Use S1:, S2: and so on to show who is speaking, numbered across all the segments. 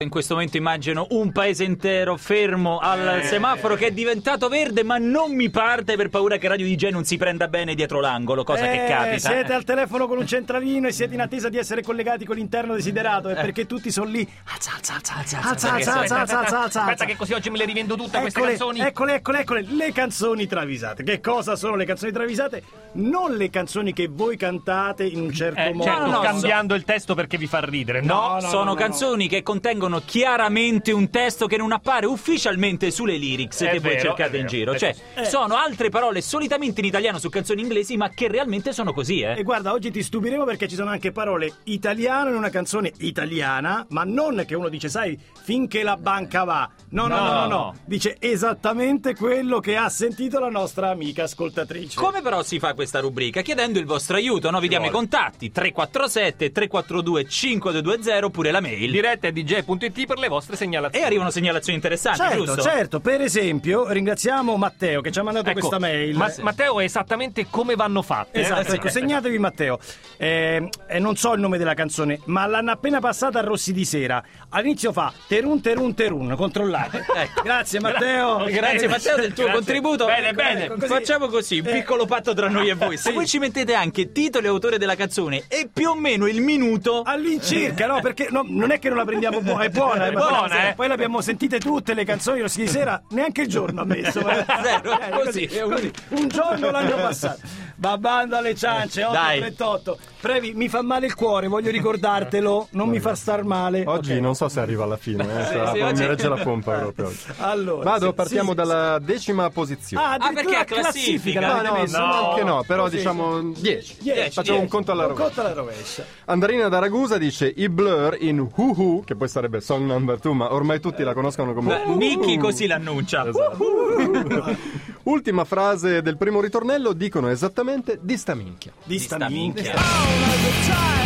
S1: In questo momento immagino un paese intero fermo
S2: Eh.
S1: al semaforo che è diventato verde, ma non mi parte per paura che Radio DJ non si prenda bene dietro l'angolo, cosa che
S3: Eh,
S1: capita.
S3: Siete al telefono con un centralino e siete in attesa di essere collegati con l'interno desiderato. È perché tutti sono lì. Alza, alza, alza, alza, alza, alza, alza, alza, alza, alza, alza.
S2: Aspetta che così oggi me le rivendo tutte queste
S3: Eccole, ecco,
S2: canzoni.
S3: eccole, eccole, eccole, le canzoni travisate. Che cosa sono le canzoni travisate? Non le canzoni che voi cantate in un certo
S2: Eh,
S3: modo.
S2: certo,
S1: no,
S2: cambiando il testo perché vi fa ridere. No,
S3: No, no,
S1: Sono
S3: no, no.
S1: canzoni che contengono chiaramente un testo che non appare ufficialmente sulle lyrics
S2: È
S1: che voi
S2: vero,
S1: cercate
S2: è
S1: in
S2: vero,
S1: giro.
S2: è
S1: Cioè,
S3: così. Eh.
S1: sono altre parole solitamente in italiano su canzoni inglesi, ma che realmente sono così, eh.
S3: E guarda, oggi ti stupiremo perché ci sono anche parole italiane in una canzone italiana, ma non che uno dice, sai, finché la banca va. No, no, no, no, no.
S2: No.
S3: Dice esattamente quello che ha sentito la nostra amica ascoltatrice.
S1: Come però si fa questa rubrica? Chiedendo il vostro aiuto, no? Vi diamo i
S2: vuole.
S1: contatti 347 342 5220 oppure la mail.
S2: diretta a dj.it per le vostre
S1: E
S2: segnalazioni.
S1: arrivano segnalazioni interessanti,
S3: Certo,
S1: Ah, giusto?
S3: certo. Per esempio, ringraziamo Matteo che ci ha mandato
S2: Ecco,
S3: questa mail.
S2: Ma- Matteo è esattamente come vanno fatte.
S3: Esatto,
S2: Eh,
S3: ecco, segnatevi Matteo. Eh, eh, non so il nome della canzone, ma l'hanno appena passata a Rossi di sera. All'inizio fa Terun Terun Terun, controllate.
S1: Ecco.
S3: Grazie Matteo.
S1: Grazie Matteo del tuo
S2: Grazie.
S1: contributo.
S2: Bene,
S1: Ecco,
S2: bene.
S1: ecco, così. Facciamo così, un
S3: Eh.
S1: piccolo patto tra noi e voi. Se
S3: Sì.
S1: voi ci mettete anche titolo e autore della canzone e più o meno il minuto,
S3: Ah, All'incirca, no, perché no, non è che non la prendiamo buona, è buona,
S2: È
S3: ma poi-
S2: buona, eh.
S3: Poi l'abbiamo sentite tutte le canzoni di Rossi di sera, neanche il giorno ha messo. eh.
S1: Zero,
S3: Eh,
S1: così, è un-
S3: Un giorno l'hanno passato. Babando alle ciance,
S1: Eh, Dai.
S3: 8.38. Previ, mi fa male il cuore, voglio ricordartelo, non mi far star male.
S4: Oggi
S3: Ok.
S4: non so se arriva alla fine, eh,
S1: Sì,
S4: sarà-
S1: sì,
S4: mi
S1: oggi-
S4: regge la pompa proprio oggi.
S3: Allora,
S4: Vado,
S3: sì,
S4: partiamo
S3: sì,
S4: dalla decima posizione.
S3: Ah,
S1: Ah, perché
S3: addirittura
S1: è classifica.
S3: classifica.
S4: no,
S3: l'avete
S4: no,
S3: messa?
S4: no, anche no, però
S3: Così.
S4: diciamo 10.
S3: Dieci,
S4: Facciamo
S3: dieci.
S4: un conto alla
S3: Un
S4: rovescia.
S3: conto alla rovescia.
S4: Andrina da Ragusa dice i Blur in Who Who, che poi sarebbe song number 2, ma ormai tutti la conoscono come
S1: Beh,
S4: Who Who.
S1: Nicky così l'annuncia. Uh,
S4: Ultima frase del primo ritornello, dicono esattamente di sta minchia.
S3: Di
S1: sta
S3: sta minchia.
S1: minchia.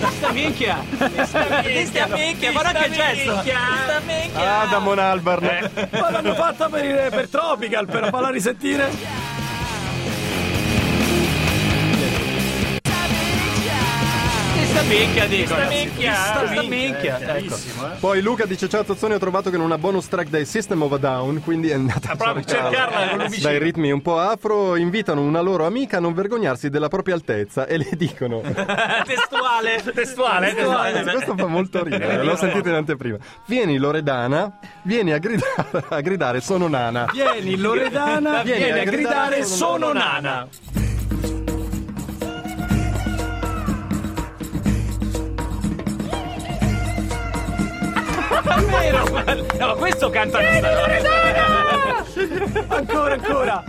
S1: Questa minchia. Questa minchia, guarda che gesto. Questa minchia.
S4: Ah, da Monalbarn.
S3: Ma l'hanno fatta per, il- per Tropical, però falla risentire.
S1: Questa minchia, dico.
S2: Questa minchia.
S1: Questa minchia. Ecco.
S4: Poi Luca dice ciao Tozzoni, ho trovato che non ha bonus track dai System of a Down, quindi è andata a
S2: Provo a cercarla con l'ubici.
S4: Dai ritmi un po' afro, invitano una loro amica a non vergognarsi della propria altezza e le dicono
S1: Testuale.
S2: Testuale, eh, testuale.
S4: Anzi, questo fa molto ridere,
S2: eh,
S4: l'ho sentito in anteprima. Vieni Loredana, vieni a gridare, a gridare sono nana.
S3: Vieni Loredana, vieni,
S4: Vieni
S3: a gridare sono nana.
S1: No, questo canta questa
S3: Ancora, ancora.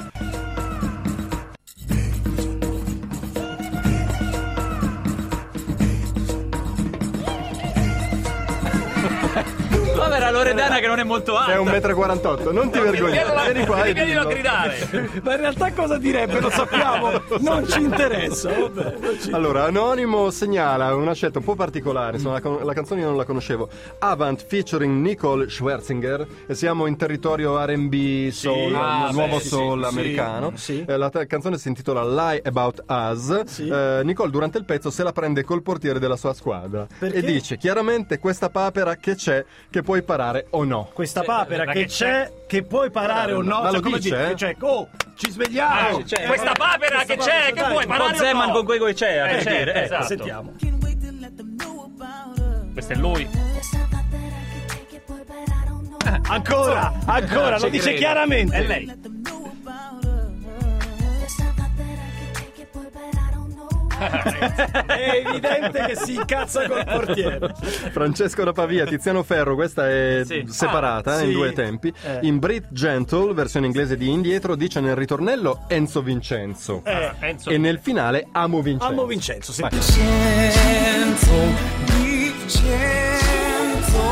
S1: Povera Loredana che non è molto alta.
S4: È un metro e 48, non ti vergognare. Vieni qua e
S2: Vieni a
S4: dillo.
S2: gridare.
S3: Ma in realtà cosa direbbe? Lo sappiamo, non ci interessa. Vabbè, non ci-
S4: Allora, Anonimo segnala una scelta un po' particolare, insomma, la, con- la canzone io non la conoscevo. Avant featuring Nicole Schwerzinger, e siamo in territorio RB, soul,
S3: Ah,
S4: nuovo
S3: beh, sì,
S4: soul
S3: sì,
S4: americano.
S3: sì.
S4: Eh, la t- canzone si intitola Lie About Us.
S3: Sì.
S4: Eh, Nicole durante il pezzo se la prende col portiere della sua squadra
S3: Perché?
S4: e dice chiaramente questa papera che c'è che puoi parare o no.
S3: Questa papera
S2: ma
S3: che
S2: che
S3: c'è, che puoi parare o no,
S4: Ma
S3: cioè,
S4: lo
S3: come
S4: dice,
S3: dire,
S4: eh?
S3: cioè, oh, ci svegliamo. Cioè,
S2: Ah, c'è. Questa papera che c'è, che vuoi
S1: Un po'
S2: parlare o
S1: Zeman
S2: no?
S1: con quei c'è, a
S2: Eh,
S1: dire,
S2: certo,
S1: eh.
S2: esatto.
S3: Sentiamo.
S5: Can't wait to let them know about her.
S2: Questo è lui.
S6: Questa papera che c'è che puoi parare o no
S3: Eh. Ancora, ancora, lo
S1: ci
S3: dice
S1: credo.
S3: chiaramente.
S2: È lei.
S5: Let them know about her.
S6: Questa papera che c'è che puoi parare o no
S3: È evidente che si incazza col portiere.
S4: Francesco da Pavia, Tiziano Ferro, questa è
S1: Sì.
S4: separata
S3: Ah,
S4: in
S3: sì.
S4: due tempi.
S3: Eh.
S4: In Brit Gentle, versione inglese di Indietro, dice nel ritornello Enzo Vincenzo.
S3: Eh,
S2: Enzo.
S4: E nel finale Amo Vincenzo.
S3: amo Vincenzo, senti.
S7: gentle, be gentle.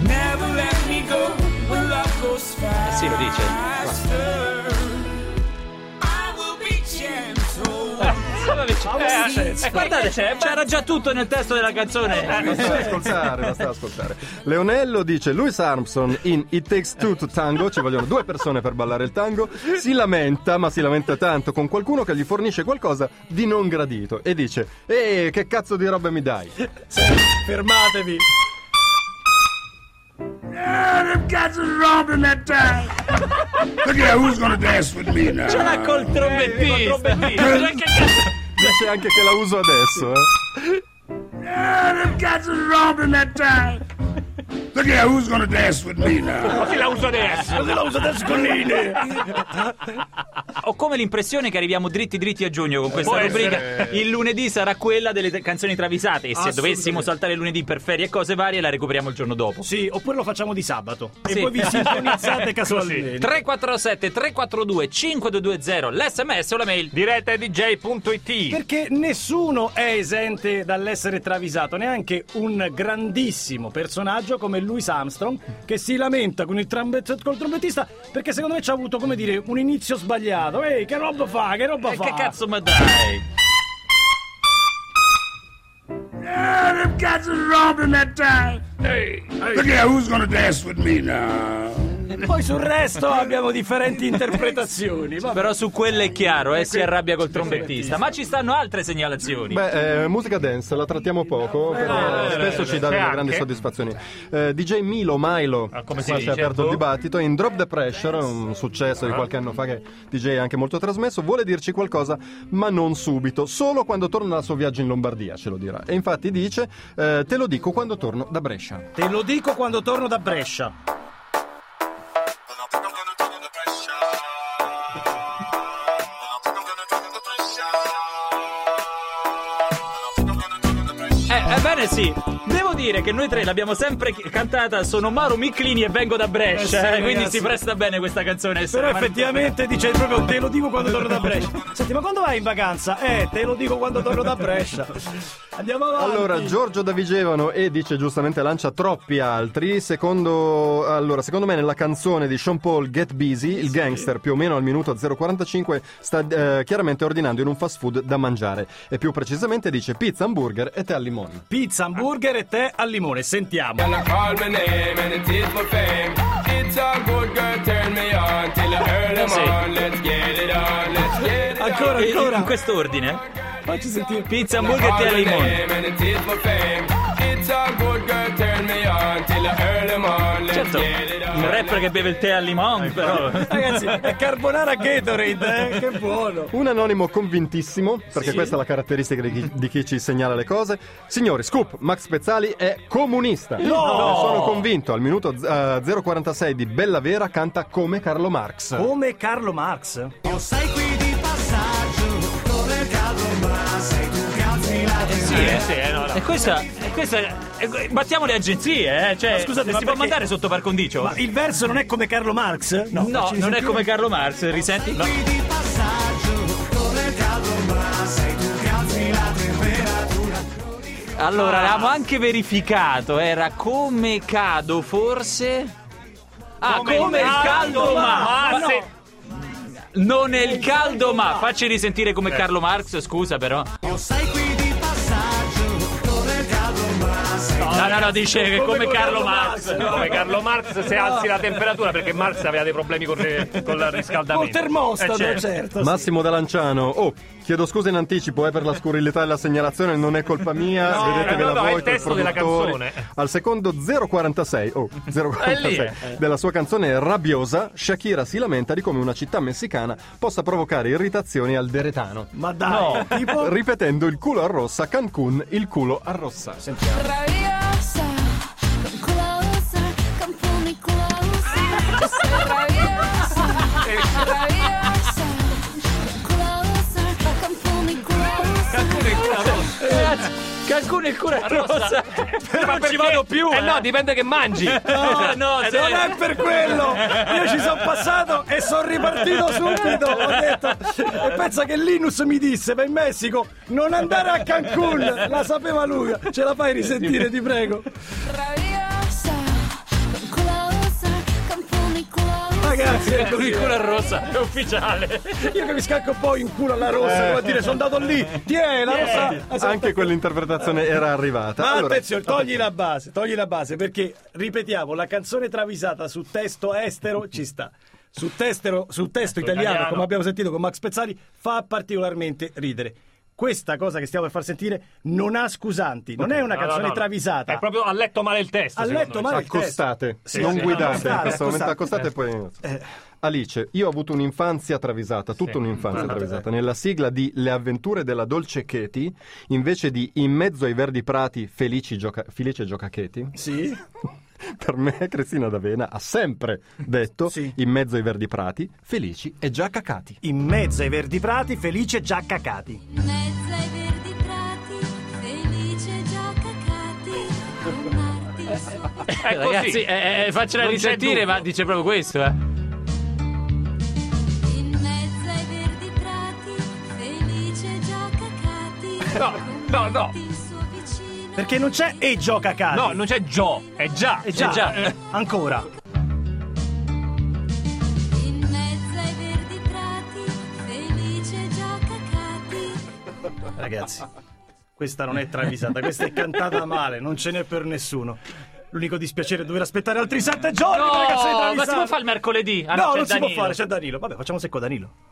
S7: Never let me go when love goes
S1: Eh Sì, lo dice.
S7: faster. I will be gentle.
S2: Brava che c'è. Eh, eh, guardate,
S1: Guardate,
S2: c'è.
S1: c'era già tutto nel testo della canzone.
S4: Basta ascoltare, basta ascoltare. Leonello dice: Louis Armstrong in It Takes Two to Tango, ci vogliono due persone per ballare il tango. Si lamenta, ma si lamenta tanto con qualcuno che gli fornisce qualcosa di non gradito e dice: Ehi, che cazzo di roba mi dai?
S3: Fermatevi.
S1: Ce l'ha col trombettista.
S4: Dice anche che la uso adesso. eh.
S2: Così la uso adesso.
S1: Ho come l'impressione che arriviamo dritti dritti a giugno con questa
S2: Può
S1: rubrica.
S2: essere.
S1: Il lunedì sarà quella delle t- canzoni travisate. E se dovessimo saltare il lunedì per ferie e cose varie, la recuperiamo il giorno dopo.
S3: Sì, oppure lo facciamo di sabato.
S1: Sì.
S3: E voi vi sintonizzate casualmente.
S1: 347 342 5220 l'SMS o la mail.
S2: Diretta dj.it.
S3: Perché nessuno è esente dall'essere travisato, neanche un grandissimo personaggio come Louis Armstrong che si lamenta con il trombet- col trombettista perché secondo me ci ha avuto, come dire, un inizio sbagliato. Ehi, che roba fa, che roba
S1: Eh,
S3: fa?
S1: che cazzo ma dai?
S3: Poi sul resto abbiamo differenti interpretazioni. Vabbè.
S1: Però su quello è chiaro, eh, si arrabbia col trombettista. Ma ci stanno altre segnalazioni.
S4: Beh, eh, musica dance la trattiamo poco, però
S2: eh,
S4: spesso
S2: eh,
S4: ci dà
S2: eh,
S4: delle
S2: anche.
S4: grandi soddisfazioni. Eh, DJ Milo Milo,
S2: Ah, come si
S4: qua si è
S2: dice?
S4: aperto il
S2: Boh. Ah.
S4: dibattito, in Drop the Pressure, un successo di qualche anno fa che DJ ha anche molto trasmesso, vuole dirci qualcosa, ma non subito, solo quando torna dal suo viaggio in Lombardia ce lo dirà. E infatti dice, eh, te lo dico quando torno da Brescia.
S3: Te lo dico quando torno da Brescia.
S1: Eh, ebbene sì, devo dire che noi tre l'abbiamo sempre chi- cantata Sono Mauro Miclini e vengo da Brescia,
S3: Eh sì,
S1: eh, quindi
S3: ragazzi.
S1: si presta bene questa canzone.
S3: Però effettivamente dice proprio te lo dico quando torno da Brescia. Senti, ma quando vai in vacanza? Eh, te lo dico quando torno da Brescia. Andiamo avanti.
S4: Allora, Giorgio da Vigevano e dice giustamente lancia troppi altri. Secondo, allora, secondo me nella canzone di Sean Paul Get Busy, il gangster più o meno al minuto 0,45 sta eh, chiaramente ordinando in un fast food da mangiare. E più precisamente dice pizza, hamburger e tè al limone.
S3: Pizza, hamburger e tè al limone, sentiamo.
S8: And I call my name and it is for fame. It's a good girl, turn me on till I earn them
S1: Sì.
S8: on. Let's get it on, let's get it
S3: Ancora,
S8: on.
S1: In,
S3: ancora.
S1: Eh, in quest'ordine?
S3: Facci sentire.
S1: Pizza,
S8: I
S1: hamburger e
S8: call
S1: tè al
S8: my
S1: limone.
S8: name and it is for fame. It's a good girl, turn me on till I earn them on. Let's
S1: Certo,
S8: get it
S1: il
S8: on.
S1: rapper che beve il tè al limone, però...
S3: Ecco. Ragazzi, è carbonara Gatorade, eh? Che buono.
S4: Un anonimo convintissimo, perché questa è la caratteristica di chi, di chi ci segnala le cose. Signori, scoop, Max Pezzali è comunista. No! Sono convinto, al minuto z- eh, 0,46 di Bella Vera canta come Carlo Marx.
S3: Come Carlo Marx.
S1: E questa, e questa, e- battiamo le agenzie, eh? Cioè,
S3: scusate,
S1: si
S3: ma
S1: può
S3: perché-
S1: mandare sotto par condicio?
S3: Ma il verso non è come Carlo Marx?
S1: No,
S3: facci
S1: non è
S3: sentire.
S1: come Carlo Marx, risenti? No. Allora, avevamo anche verificato, era come cado forse... Ah, come, il caldo, ma...
S2: Ma
S1: ma
S2: se-
S1: Non è il caldo, ma... Facci risentire come Carlo Marx, scusa però. No, no, no, dice che come Carlo Marx.
S2: Come Carlo Marx se alzi la temperatura perché Marx aveva dei problemi con, le- con il riscaldamento.
S3: Col termostato,
S2: Eh, certo.
S3: certo.
S4: Massimo da Lanciano, oh, chiedo scusa in anticipo eh, per la scurilità della segnalazione, non è colpa mia,
S2: No,
S4: vedetevela
S2: no, no, è
S4: voi.
S2: il
S4: col
S2: testo della
S4: produttore.
S2: canzone.
S4: Al secondo 046, oh, 046
S2: È lì,
S4: della sua canzone Rabbiosa, Shakira si lamenta di come una città messicana possa provocare irritazioni al deretano.
S3: Ma dai, tipo...
S4: Ripetendo il culo arrossa, Cancun il culo arrossa.
S6: Rabiosa, come closer, come pull me closer. Yo soy rabiosa, rabiosa, come closer, come pull me closer.
S1: Ragazzi, Cancun il cuore rossa.
S2: Ma
S1: Non ci
S2: perché-
S1: vado più.
S2: Eh,
S1: eh.
S2: no, dipende che mangi. Eh,
S1: No, no, se-
S3: Eh, Non è per quello! Io ci sono passato e sono ripartito subito! Ho detto. E pensa che Linus mi disse per in Messico non andare a Cancun! La sapeva lui! Ce la fai risentire, ti prego!
S6: Rabiosa, come closer, come pull me closer.
S3: ragazzi.
S2: Con il culo a rossa, è ufficiale.
S3: Io che mi scacco un po' in culo alla rossa, come a dire, sono andato lì. Tiè, la rossa. Eh,
S4: Anche quell'interpretazione era arrivata.
S3: Esatto. Ma
S4: Allora,
S3: attenzione, togli la base, togli la base, perché ripetiamo, la canzone travisata su testo estero ci sta. Su, testero- su testo italiano,
S2: italiano.
S3: come abbiamo sentito con Max Pezzali, fa particolarmente ridere. Questa cosa che stiamo per far sentire non ha scusanti, non è una
S2: No, no,
S3: canzone
S2: no, no.
S3: travisata.
S2: È proprio ha letto male il testo.
S3: Ha
S2: secondo
S3: letto
S2: me.
S3: male il
S4: accostate,
S3: eh, Sì,
S4: non
S3: sì,
S4: guidate.
S3: accostate, Eh.
S4: in questo momento accostate e poi. Alice, io ho avuto un'infanzia travisata, tutta
S2: Sì.
S4: un'infanzia travisata. Nella sigla di Le avventure della Dolce Cheti, invece di In mezzo ai verdi prati, felici gioca- felice gioca Cheti,
S3: Sì,
S4: per me Cristina D'Avena ha sempre detto
S3: Sì.
S4: In mezzo ai verdi prati, felici e già cacati.
S3: in mezzo ai verdi prati, felice già cacati.
S6: In mezzo ai verdi prati, felice già cacati, con Marti sopra.
S2: È così.
S9: Ragazzi, eh, eh, faccela
S2: Non c'è
S9: risentire,
S2: dubbio.
S9: ma dice proprio questo, eh.
S6: In mezzo ai verdi prati, felice già cacati,
S2: No, no, no.
S6: il suo vicino.
S3: Perché non c'è e gio cacati.
S2: No, non c'è Gio, è già.
S3: E già,
S9: eh, già.
S3: eh, ancora.
S6: In mezzo ai verdi prati, felice già cacati.
S3: Ragazzi, questa non è travisata, questa è cantata male, non ce n'è per nessuno. L'unico dispiacere è dover aspettare altri sette giorni per la canzone
S9: No, ma si
S3: travisata.
S9: può fare il mercoledì? Ah,
S3: no,
S9: c'è
S3: non si può
S9: Danilo.
S3: fare, c'è Danilo. Vabbè, facciamo secco Danilo.